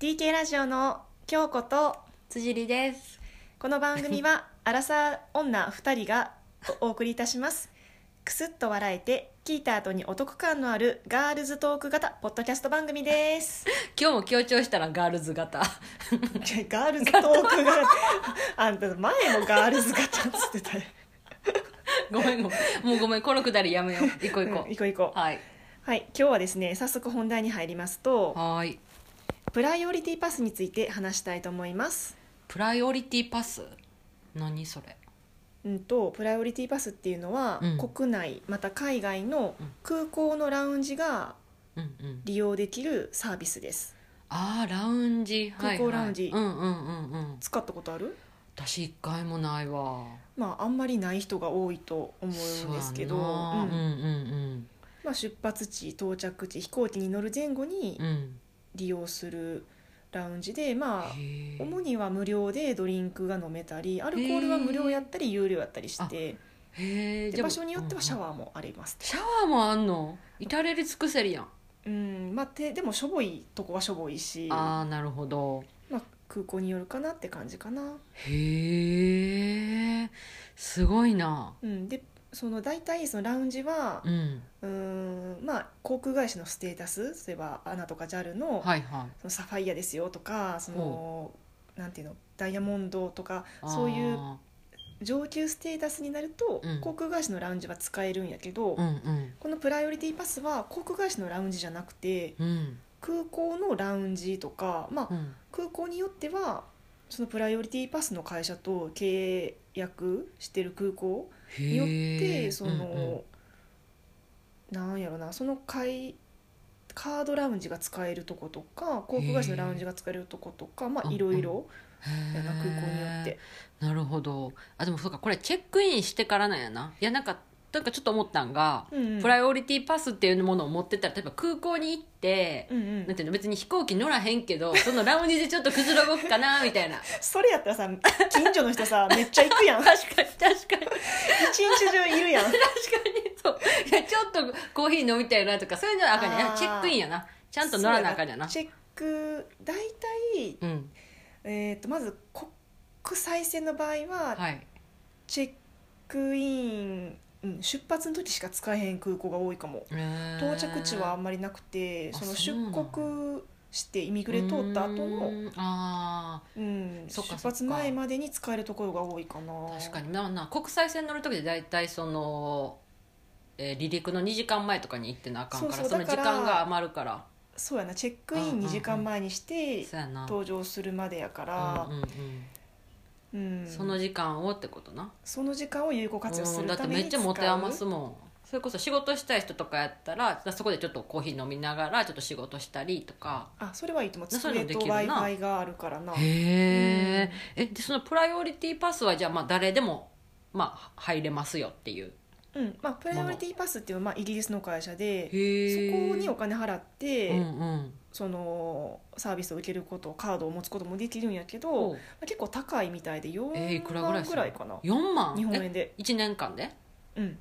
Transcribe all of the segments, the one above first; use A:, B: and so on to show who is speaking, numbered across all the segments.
A: BK ラジオの京子と
B: 辻里です
A: この番組 はアラサー女2人がお送りいたしますくすっと笑えて聞いた後にお得感のあるガールズトーク型ポッドキャスト番組です
B: 今日も強調したらガールズ型
A: ガールズトーク型あんた前もガールズ型っつって たよ
B: ごめんごめんもうごめんこのくだりやめよう行こう行こ
A: うん
B: う
A: 行こう行こう
B: はい
A: はい今日はですね早速本題に入りますと
B: はーい
A: プライオリティパスについて話したいと思います
B: プライオリティパス何それ
A: うんとプライオリティパスっていうのは、
B: うん
A: 国内また海外の空港のラウンジが
B: うんうん
A: 利用できるサービスです
B: ああラウンジはいはい
A: 空港ラウンジ
B: うんうんうんうん
A: 使ったことある
B: 私一回もないわ
A: まああんまりない人が多いと思うんですけど、
B: そうや
A: う
B: んな
A: ん
B: うんうん
A: まあ、出発地到着地飛行機に乗る前後に
B: うんうん
A: 利用するラウンジでまあ
B: へー
A: 主には無料でドリンクが飲めたりアルコールは無料やったり有料やったりして
B: へー
A: で場所によってはシャ
B: ー
A: ワーもあります
B: シャワーもあんの至れり尽くせりやん
A: うんまあ、てでもしょぼいとこはしょぼいし
B: ああなるほど
A: まあ、空港によるかなって感じかな、
B: へえすごいな
A: うん、でその大体そのラウンジは
B: うん
A: うーんまあ航空会社のステータス例えば ANA とか JAL の,、
B: はいは
A: そのサファイアですよとかそのなんていうのダイヤモンドとか
B: い
A: そういう
B: あ
A: 上級ステータスになると、
B: うん
A: 航空会社のラウンジは使えるんやけど、
B: ーうん
A: このプライオリティパスは航空会社のラウンジじゃなくて
B: うんうん
A: 空港のラウンジとか、まあ、
B: うん
A: 空港によってはそのプライオリティパスの会社と契約してる空港によっ
B: へ
A: て
B: ー
A: そ
B: うんうん
A: の、なんやろなその会カードラウンジが使えるとことか航空会社のラウンジが使えるとことかま
B: う
A: あ
B: ん
A: いろいろ
B: へ
A: や
B: ー
A: な空港によって
B: なるほどあでもそうかこれチェックインしてからなんやないやなんかなんかちょっと思ったんが、
A: うんうん
B: プライオリティパスっていうものを持ってたら例えば空港に行って、
A: うんうん
B: なんていうの別に飛行機乗らへんけどそのラウンジでちょっとくずろごくかなみた いな
A: それやったらさ近所の人 さめっちゃ行くやん一
B: 確かに確かに
A: 日中いるや ん
B: 確かにそういやちょっとコーヒー飲みたいなとかそういうのはあかんねん
A: あー
B: なチェックインやなちゃんと乗らなあかんやな
A: チェック大体、
B: うん
A: えー、とまず国際線の場合は
B: はい
A: チェックイン、うん、出発の時しか使えへん空港が多いかも到
B: 到
A: 着地はあんまりなくてその
B: そ
A: 出
B: うなん
A: 国してイミグレ通った後の、
B: あ
A: うん、
B: そ
A: 出
B: っかそっか
A: 発前までに使えるところが多いかな
B: ー確かになな国際線乗る時で大体その、えー離陸の2時間前とかに行ってなあかんから
A: そ
B: そう
A: そう
B: の
A: だか
B: 時
A: ら
B: 間が余るから
A: そうやなチェックイ
B: うんうん
A: ン
B: うん
A: 2時間前にして
B: そうやな
A: 登場するまでやか
B: うん
A: ら、
B: うんうん
A: うん
B: その時間をってことな、
A: その時間を有効活用す
B: うん
A: る
B: だって
A: ため
B: め
A: に
B: っち
A: 使
B: ゃ
A: う
B: 持て余すもんそれこそ仕事したい人とかやったらそこでちょっとコーヒー飲みながらちょっと仕事したりとか
A: あそれはいいと思う
B: そうい
A: 机
B: うので
A: と
B: き
A: w
B: るな
A: i f i があるからな
B: へーえでそのプライオリティパスはじゃあまあ誰でも、まあ、入れますよっていう
A: うんまあ、プライオリティパスっていうのは、まあ、イギリスの会社で
B: そ
A: そ
B: こ
A: こにお金払って、
B: うんうん
A: そのサービスを受けることカードを持つこともできるんやけど、
B: おう
A: まあ結構高いみたいで
B: えーい
A: 4
B: くらぐらい
A: 万
B: する
A: ぐらいかな、
B: 4万
A: 日本
B: え
A: 円で、
B: 1年間で
A: うん、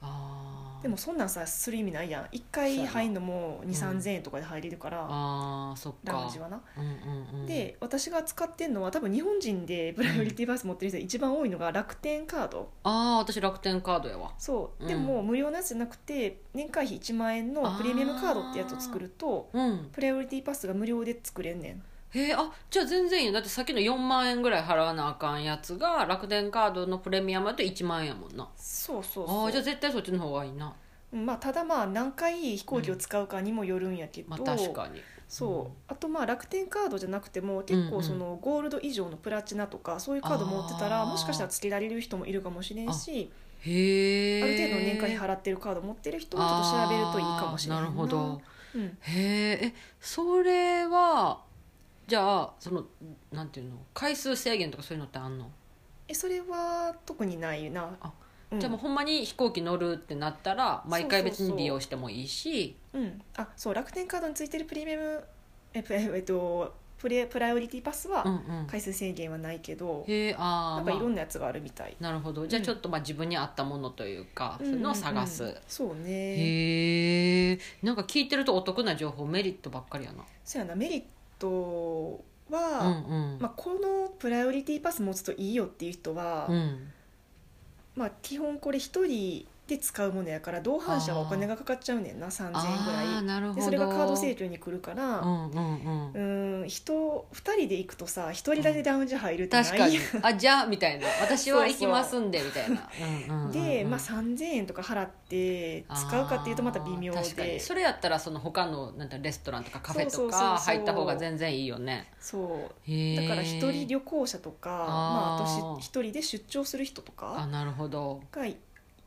B: ああ
A: でもそんなんさする意味ないやん1回入んのも2 3 0 0 0円とかで入れるから、
B: あーそっか
A: ラウンジはな、
B: うんうんうん、
A: で私が使ってんのは多分日本人でプライオリティパス持ってる人一番多いのが楽天カード
B: ああ私楽天カードやわ
A: そう、
B: うん
A: でも無料のやつじゃなくて年会費1万円のプレミアムカードってやつを作ると
B: うん
A: プライオリティパスが無料で作れんねん
B: へえあじゃあ全然いいよだってさっきの4万円ぐらい払わなあかんやつが楽天カードのプレミアムだと1万円やもんな
A: そうそう
B: あ
A: そ
B: あ
A: う
B: じゃあ絶対そっちの方がいいな
A: まあ、ただまあ何回飛行機を使うかにもよるんやけど、
B: まあ確かに
A: そううあとまあ楽天カードじゃなくても結
B: うんう
A: 構
B: ん
A: そのゴールド以上のプラチナとかそういうカード持ってたら
B: あー
A: もしかしたらつけられる人もいるかもしれんしあ
B: へえ
A: る程度年会費払ってるカード持ってる人をちょっと調べるといいかもしれない
B: あーなるほど、
A: うん、
B: へーえそれはじゃあそのなんていうの回数制限とかそういうのってあんの、
A: えそれは特にないな
B: あ
A: うん、
B: じゃあもうほんまに飛行機乗るってなったら毎回別
A: そうそうそう
B: に利用してもいいし
A: うん、あそう楽天カードについてるプレミアムえプレえっとプレプライオリティパス
B: うん
A: は
B: うん
A: 回数制限はないけど、
B: へえ
A: な
B: ああ、
A: んかいろ
B: ま
A: んなやつがあるみたい
B: あ、なるほどじゃあちょっとまあ自分に合ったものというか、そういうのを探す、
A: うんうんうんそうね
B: へえんか聞いてるとお得な情報メリットばっかりやな
A: そうやなメリッ人
B: う
A: は、
B: んうん
A: まあ、このプライオリティパス持つといいよっていう人は、
B: うん
A: まあ、基本これ一人で使うものやから同伴者はお金がかかっちゃうねんな3,000円ぐら
B: あー
A: い
B: なるほ
A: で
B: ど
A: それがカード成長に来るから、
B: うんうんう
A: う
B: ん
A: ーん人2人で行くとさ1人だけラウンジ入るってない
B: 確かにあじゃあみたいな私は
A: そう
B: 行
A: そ
B: き
A: う
B: ますんでみた いなうんうんうんうん
A: で、まあ、3000円とか払って使うかっていうとまた微妙
B: あー確かに
A: で
B: それやったらその他のなんてレストランとかカフェ
A: そ
B: と
A: うそうそう
B: か
A: そう
B: 入った方が全然いいよね
A: そう
B: へ
A: だ
B: ー
A: から一人旅行者とか、まあ、
B: あー
A: あとし一人で出張する人と
B: あ
A: か
B: なるほど
A: が、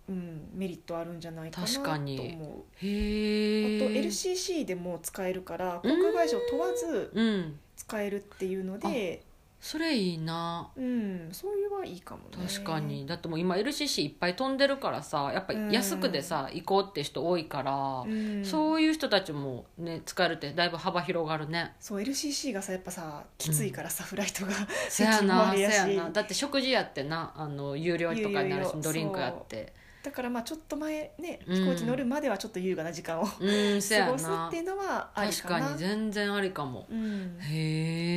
A: うん、メリットあるんじゃないかなと
B: 確
A: 思
B: か
A: う
B: に
A: あ
B: へ
A: と
B: え
A: LCC でも使えるから航空会社を問わず
B: うん
A: 使えるっていうので
B: それいいな
A: うんそういうはいいかもね
B: 確かに、だってもう今 LCC いっぱい飛んでるからさやっぱ安くでさ、行こうって人多いから、
A: うん、そう
B: そういう人たちもね使えるってだいぶ幅広が るね
A: LCC がさやっぱさきついからさ、フライトが
B: せやな
A: あ
B: せ
A: れやし
B: やなだって食事やってなあの有料とかにな
A: 有
B: るし
A: 料
B: ドリンクやって
A: だからまあちょっと前ね
B: うん
A: 飛行機乗るまではちょっと優雅な時間を過
B: うんせや
A: ごすっ
B: な
A: ていうのはあり
B: 確
A: かな
B: かに全然ありかも
A: うん、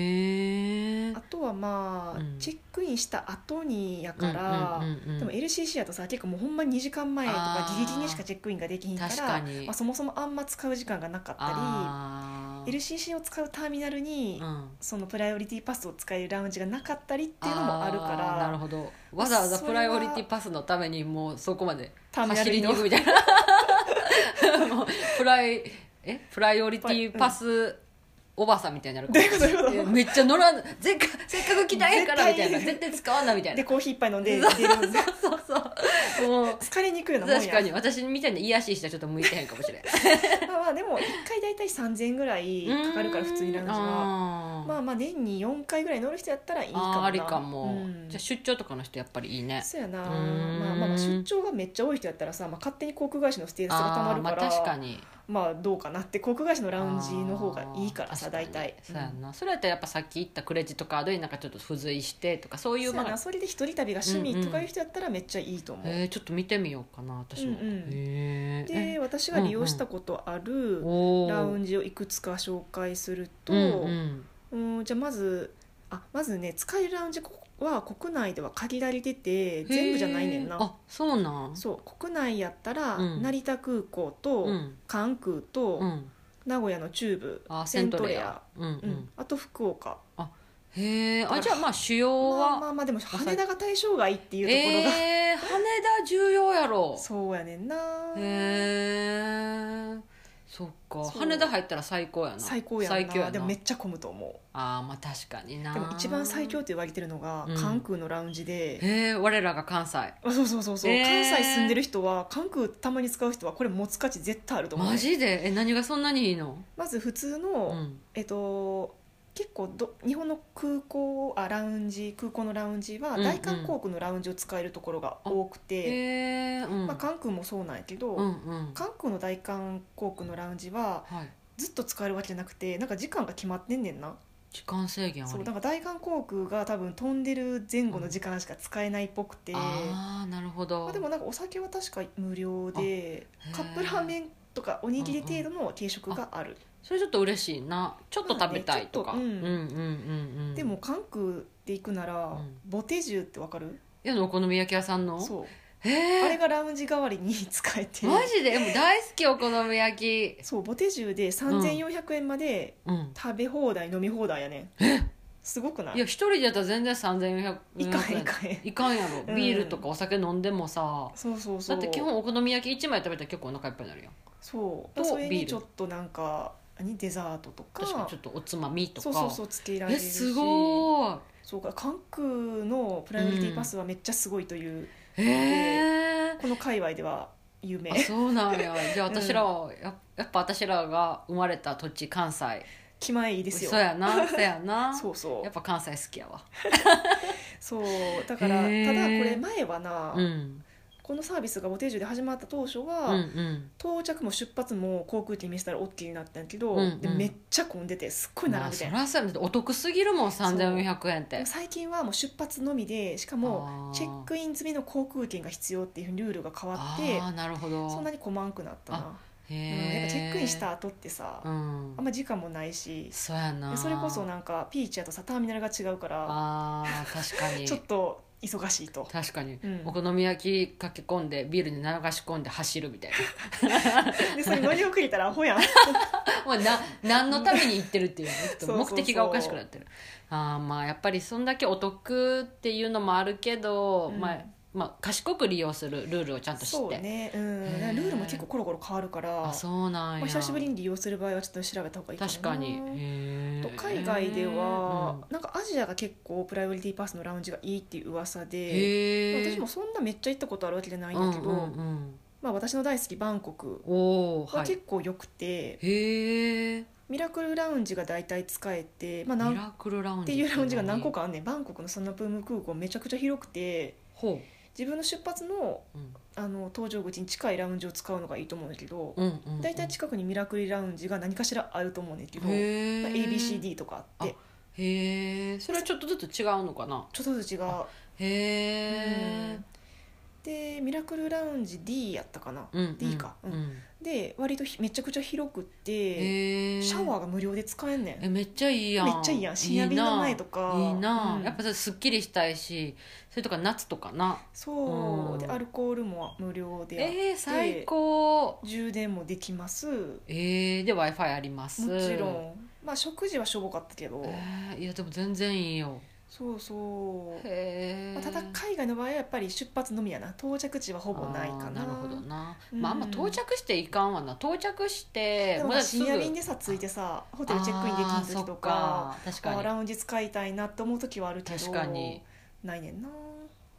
B: へえ
A: あとはまあ、
B: うん
A: チェックインした後にやから、
B: うんうんうんうん
A: でも LCC やとさ結構もうほんま2時間前とか
B: あー
A: ギリギリにしかチェックインができひんから
B: 確かに
A: まあ、そもそもあんま使う時間がなかった
B: あ
A: り LCC を使うターミナルに、
B: ーうん
A: そのプライオリティパスを使えるラウンジがなかったりっていうのもあるか
B: あーなる
A: ら
B: ほどわざわざ
A: それは
B: プライオリティパスのためにもうそこまで
A: ターミナ
B: 走
A: ル
B: りに行
A: の
B: くみたいな もうプライえプライオリティパスおばさんみたいになるか
A: ど
B: も
A: ういうことどういうこと
B: めっちゃ乗らんせっかせっかく来たんやからみ
A: 絶
B: た
A: 対
B: いな絶対使わんなみたいな
A: でコーヒー一杯飲 んで出るんで
B: そうそうもう
A: 疲れにくいようなもん
B: 確
A: や
B: かに私みたいな癒やしい人はちょっと向いてへんかもしれん
A: まあまあでも1回大体3000円ぐらいかかるから普通にラウンジは
B: あー
A: まあまあ年に4回ぐらい乗る人やったらいいかも
B: あ
A: な
B: ーありかも、
A: うん
B: じゃあ出張とかの人やっぱりいいね
A: そうやな
B: うーん
A: まあ、まあまあ出張がめっちゃ多い人やったらさ、まあ、勝手に航空会社のステータスがたま
B: あー
A: る
B: ま
A: か
B: あ
A: ら
B: 確かに
A: まあどうかなって航空会社のラウンジの方がいいから
B: あ
A: さ
B: ー確
A: 大体
B: にそうやな、それやったらやっぱさっき言ったクレジットカードになんかちょっと付随してとかそう
A: うん
B: いう
A: そうや
B: まあ
A: なそれで一人旅が趣味とかいう人やったらめっちゃいいと思う、
B: えー、ちょっと見てみようかな私も、
A: うんうん
B: へーえ
A: で私が利用したことある
B: おー
A: ラウンジをいくつか紹介すると、
B: うんうん
A: うん、じゃあまずあまずね使えるラウンジは国内では限られてて全部じゃないねん
B: へ
A: な
B: ーあそうなん
A: そう国内やったら、
B: うん
A: 成田空港と、
B: うん
A: 関空と、
B: うん
A: 名古屋の中部
B: あセントレアうんう
A: うん
B: ん、
A: あと福岡
B: へえあじゃあまあ主要
A: ま
B: は、
A: あまあまあでも羽田が対象外っていうところが、
B: えー、羽田重要やろ
A: そうやねんな
B: へえそっか
A: そう
B: 羽田入ったら最高やな
A: 最高やんな
B: 最強やな
A: でもめっちゃ混むと思
B: あーまあ確かにな
A: うでも一番最強と言われてるのが、
B: うん
A: 関空のラウンジで、
B: へえ我らが関西
A: あそうそうそうそう、
B: えー
A: 関西住んでる人は関空たまに使う人はこれ持つ価値絶対あると思うね、
B: マジでえ何がそんなにいいの
A: まず普通
B: う
A: の、
B: ん
A: えっと結構ど日本の空港あラウンジ空港のラウンジは、
B: うんうん
A: 大韓航空のラウンジを使えるところが多く
B: へ
A: て、
B: えうん
A: まあ、関空もそうなんやけど、
B: うんうん
A: 韓国の大韓航空のラウンジは
B: はい
A: ずっと使えるわけじゃなくてなんか時間が決まってんねんな
B: 時間制限あ
A: そう
B: る
A: なんか大韓航空が多分飛んでる前後の時間しか使えないっぽくて、ま
B: ああなるほど
A: あ、でもなんかお酒は確か無料で
B: あへー
A: カップラーメンとかおにぎり程度の軽食がある、
B: それちょっと嬉しいなちょっと食べたいとか、
A: まあね
B: う
A: ちょっ
B: んうん
A: と
B: う
A: うん
B: んうん
A: でも韓国で行くなら、
B: ん
A: ボテジュってわかる
B: いやお好み焼き屋さんの
A: そう
B: へ
A: あれ
B: え
A: がラウンジ代わりに使えて
B: マジででも大好きお好み焼き
A: そうボテジュで3400円まで
B: うん
A: 食べ放題飲み放題やねすごくない
B: いや一人でやったら全然3400円
A: いかへんいかへん
B: いかんやろ、
A: うん
B: ビールとかお酒飲んでもさ
A: そうそうそ
B: だ
A: う
B: って基本お好み焼き1枚食べたら結構お腹いっぱいになるやん
A: そう
B: と
A: それ
B: ビー
A: に
B: ル
A: ちょっとなんか何デザートとか
B: 確かにちょっとおつまみとか
A: そうそうそうつけられ
B: え
A: るし
B: すごい
A: そうか関空のプライオリティパスはめっちゃすごいという、
B: へえ
A: この界隈では有名
B: あそうなんやじゃあ私らは、ややっぱ私らが生まれた土地関西
A: 気前いいですよ
B: そうやなそうや な
A: そうそ
B: やっ
A: う
B: ぱ関西好きやわ
A: そうだからただこ
B: へー
A: れ前はな、
B: うん
A: このサービスがボテージュで始まった当初
B: う
A: は、
B: んうん
A: 到着も出発も航空機見せたら OK になったんやけど、
B: うんうん
A: でめっちゃ混んでてすっごい並
B: ま
A: ん
B: あ
A: でて
B: そらそうやお得すぎるもん3400円っ
A: で
B: て
A: も最近はもう出発のみでしかも
B: あー
A: チェックイン済みの航空券が必要っていうルールが変わって
B: ああなるほ
A: そんな
B: ど
A: に困んくなったな
B: へ
A: うん、やっぱチェックインした
B: へ
A: 後ってさ、
B: ーうん
A: あんま時間もないし
B: そうやな
A: でそれこそなんかピーチやとさターミナルが違うから
B: あー確かに
A: ちょっと忙しいと
B: 確かに、
A: うん
B: お好み焼きかけ込んでビールに流し込んで走る みたい
A: でそれ乗り遅れたらアホ やん
B: なもうな何のために行ってるっていう ねちょっ
A: そ
B: と
A: うそうそ
B: 目
A: う
B: 的がおかしくなってるああまあやっぱりそんだけお得っていうのもあるけど、
A: うん
B: まあまあ、賢く利用するルールをちゃんと知
A: そう
B: って、
A: ねうん
B: へー
A: なんかルールも結構コロコロ変わるから
B: あそうなんや、
A: まあ、久しぶりに利用する場合はちょっと調べた方がいいかな
B: 確かにへー
A: と海外では、なんかアジアが結構プライオリティパスのラウンジがいいっていう噂
B: うん
A: で
B: へえ
A: 私もそんなめっちゃ行ったことあるわけじゃないん
B: うん
A: だけ
B: うん
A: ど、
B: うん
A: まあ、私の大好きバンコク
B: おお
A: は
B: はい
A: 結構良くて、
B: へえ
A: ミラクルラウンジが大体使えて、まあ、なん
B: ミ
A: っ
B: ラクルラウンジ
A: ていうラウンジが何個
B: か
A: かあんねんバンコクのソナプーム空港めちゃくちゃ広くて
B: ほ
A: 自分の出発の
B: う、うん
A: あの搭乗口に近いラウンジを使うのがいいと思うんだけど
B: うんうんうん、
A: 大体近くにミラクルラウンジが何かしらあると思うねんだけど、ま
B: へ
A: あ、
B: ー
A: ABCD とかあって
B: あへえそれはちょっとずつ違うのかな
A: ちょっとずつ違う。
B: へえ
A: でミラクルラウンジ D やったかな、
B: うん
A: D か、う
B: うんん、
A: で割とひめちゃくちゃ広くって
B: へえ
A: シャワーが無料で使えんねん
B: えめっちゃいいやん
A: めっちゃいいやん深夜便の前とか
B: いいな、
A: うん
B: やっぱそれすっきりしたいしそれとか夏とかな
A: そう
B: うん
A: でアルコールも無料であって、
B: えー、最高
A: 充電もできますも
B: えー、で w i f i あります
A: ちろんまあ食事はしょぼかったけど、
B: えー、いやでも全然いいよ
A: そうそう、
B: へえ
A: まあ、ただ海外の場合はやっぱり出発のみやな到着地はほぼないかな
B: るほどな、
A: うん
B: まああんま到着していかんわな到着し
A: で
B: て
A: も
B: ま
A: まあ
B: だすぐ
A: 深夜便でさ着いてさホテルチェックインでき
B: あ
A: ん
B: ー
A: 時とか
B: そっ確
A: あー
B: か
A: ラウンジ使いたいなと思う時はあるけ
B: に
A: ど
B: 確かに
A: ないねんな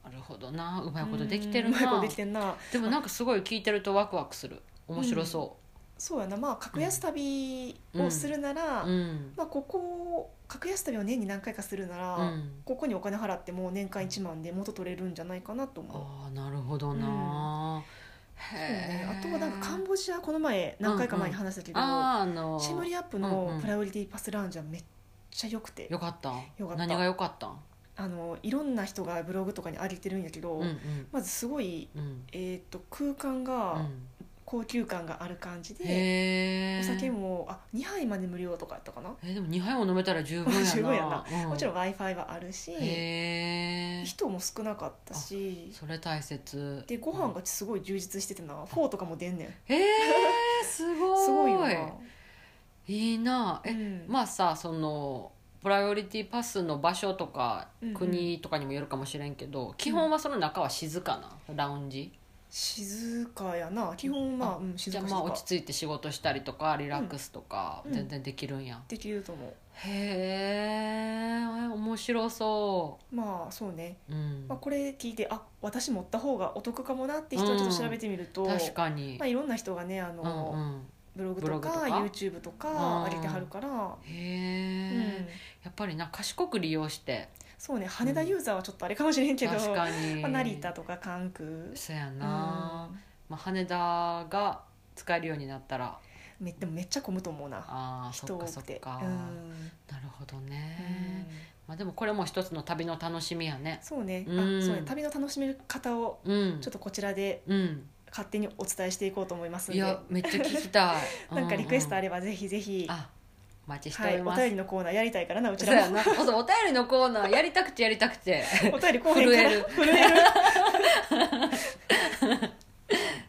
B: なるほどなう
A: う
B: まいことできてる
A: んうまいこ
B: な
A: とできてんな
B: でもなんかすごい聞いてるとワクワクする面白そ
A: そうやなまあ格安旅をするなら、
B: ううん
A: まあ、ここを格安旅を年に何回かするなら、
B: うん、
A: ここにお金払ってもう年間1万で元取れるんじゃないかなと思
B: ああなるほどな、
A: う、そう
B: へ
A: ね、
B: ー
A: あとはなんかカンボジアこの前何回か前に話したけど、
B: あーあの
A: シェムリアップ
B: うんう
A: の
B: ん
A: プライオリティパスラウンジはめっちゃ良くて、
B: よかった
A: よかった
B: 何がよかった
A: あのいろんな人がブログとかに上げてるんやけど、
B: うんうん
A: まずすごい、
B: うん
A: えー、と空間
B: う
A: が
B: ん
A: 高級感がある感じで、
B: へえ
A: お酒もあ2杯まで無料とかやったかな、
B: えーでも2杯も飲めたら十分やな
A: 十分や
B: う
A: もちろん w i f i はあるし
B: へえ
A: 人も少なかったし
B: それ大切
A: でご飯がすごい充実しててなフォーとかも出んねん
B: へえすごい
A: すごいよない
B: いなえ、
A: うん
B: まあさそのプライオリティパスの場所とか
A: うんうん
B: 国とかにもよるかもしれんけど、基本はその中は静かなラウンジ、
A: 静かやな基本まあ、
B: あ
A: うん、静
B: じゃあ
A: か静
B: まあ
A: か
B: 落ち着いて仕事したりとかリラックスとか
A: うん
B: 全然できるんや、
A: できると思
B: へえ面白そう
A: まあそうね、
B: う、うん
A: まあ、これ聞いてあ私持った方がお得かもなって人はちょっと調べてみると、
B: 確かに
A: まあ、、いろんな人がねあ
B: うん
A: の、
B: うん
A: ブログとか
B: ブログとか
A: YouTube とか
B: うん
A: 上げてはるから、
B: へ
A: う
B: え、
A: ん、
B: やっぱりな賢く利用して
A: そうね羽田ユーザーはちょっとあれかもしれんけど、
B: 確
A: ま
B: かに、
A: あ、成田とか関空
B: そうや
A: う
B: な、
A: ん
B: まあ、羽田が使えるようになったら
A: めでもめっちゃ混むと思うな
B: ああ
A: 人
B: そっ
A: 多
B: かそ
A: く
B: ってか、
A: うん
B: なるほど
A: うん
B: ね、まあ、でもこれも一つの旅の楽しみやね
A: そうねあ
B: うん
A: そうね旅の楽しみ方を
B: うん
A: ちょっとこちらで
B: うん
A: 勝手にお伝えしていこうと思いますん
B: い
A: で
B: やめっちゃ聞きた い
A: なんかリクエストあ
B: れ
A: ればぜひぜひ
B: あお待ちし
A: は
B: てお
A: い
B: り
A: お
B: ます、
A: 便りのコーナーやりたいからなうち
B: そうや
A: らも
B: なそうそうお便りのコーナーやりたくてやりたくて
A: お便りこうへんから震える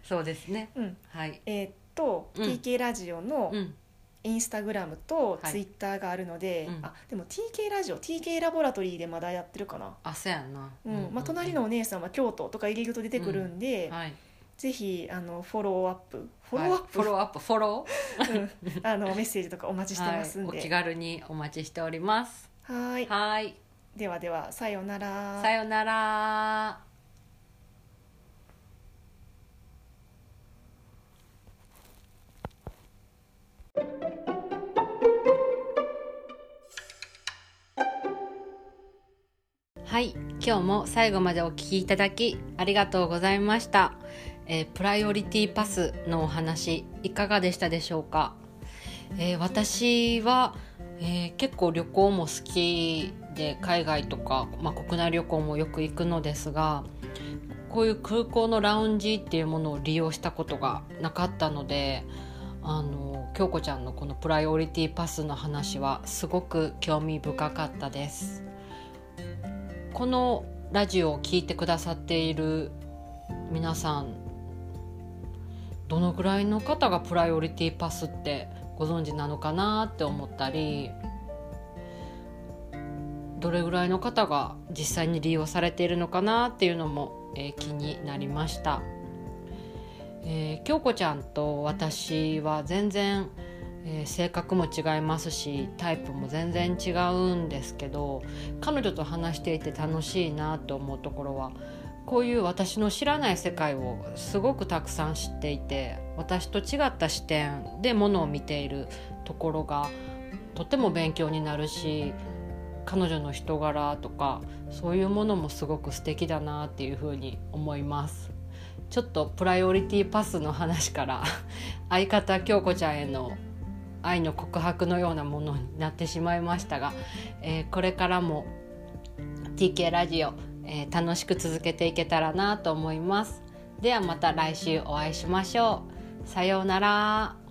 B: そうですね
A: うん
B: はい
A: えーっと
B: うん
A: TK ラジオの
B: うん
A: インスタグラムと
B: はい
A: ツイッターがあるので
B: うん
A: あでも TK ラジオ TK ラボラトリーでまだやってるかな
B: あそうやな
A: うんまあ、隣のお姉さんは京都とか入り口と出てくるんで、
B: はい
A: ぜひあのフォローアップフォローアッ
B: はい
A: プ、
B: フォローアップフォロ
A: うんあのメッセージとかお待ち
B: ー
A: してますん
B: はい、お気
A: で。
B: 軽にお待ちしております
A: はい
B: はい
A: ではではさようなら。
B: さよならはい今日も最後までお聞きいただきありがとうございました、えープライオリティパスのお話いかがでしたでしょうか、えー私は、えー結構旅行も好きで海外とか、まあ、国内旅行もよく行くのですがこういう空港のラウンジっていうものを利用したことがなかったのであの京子ちゃんのこのプライオリティパスの話はすごく興味深かったですこのラジオを聞いてくださっている皆さんどのぐらいの方がプライオリティパスってご存知なのかなって思ったりどれぐらいの方が実際に利用されているのかなっていうのも、えー気になりました、えー京子ちゃんと私は全然、えー性格も違いますしタイプも全然違うんですけど彼女と話していて楽しいなと思うところはこういう私の知らない世界をすごくたくさん知っていて私と違った視点でものを見ているところがとても勉強になるし彼女の人柄とかそういうものもすごく素敵だなっていうふうに思いますちょっとプライオリティパスの話から 相方京子ちゃんへの愛の告白のようなものになってしまいましたが、えーこれからも TK ラジオ、えー楽しく続けていけたらなと思いますではまた来週お会いしましょうさようなら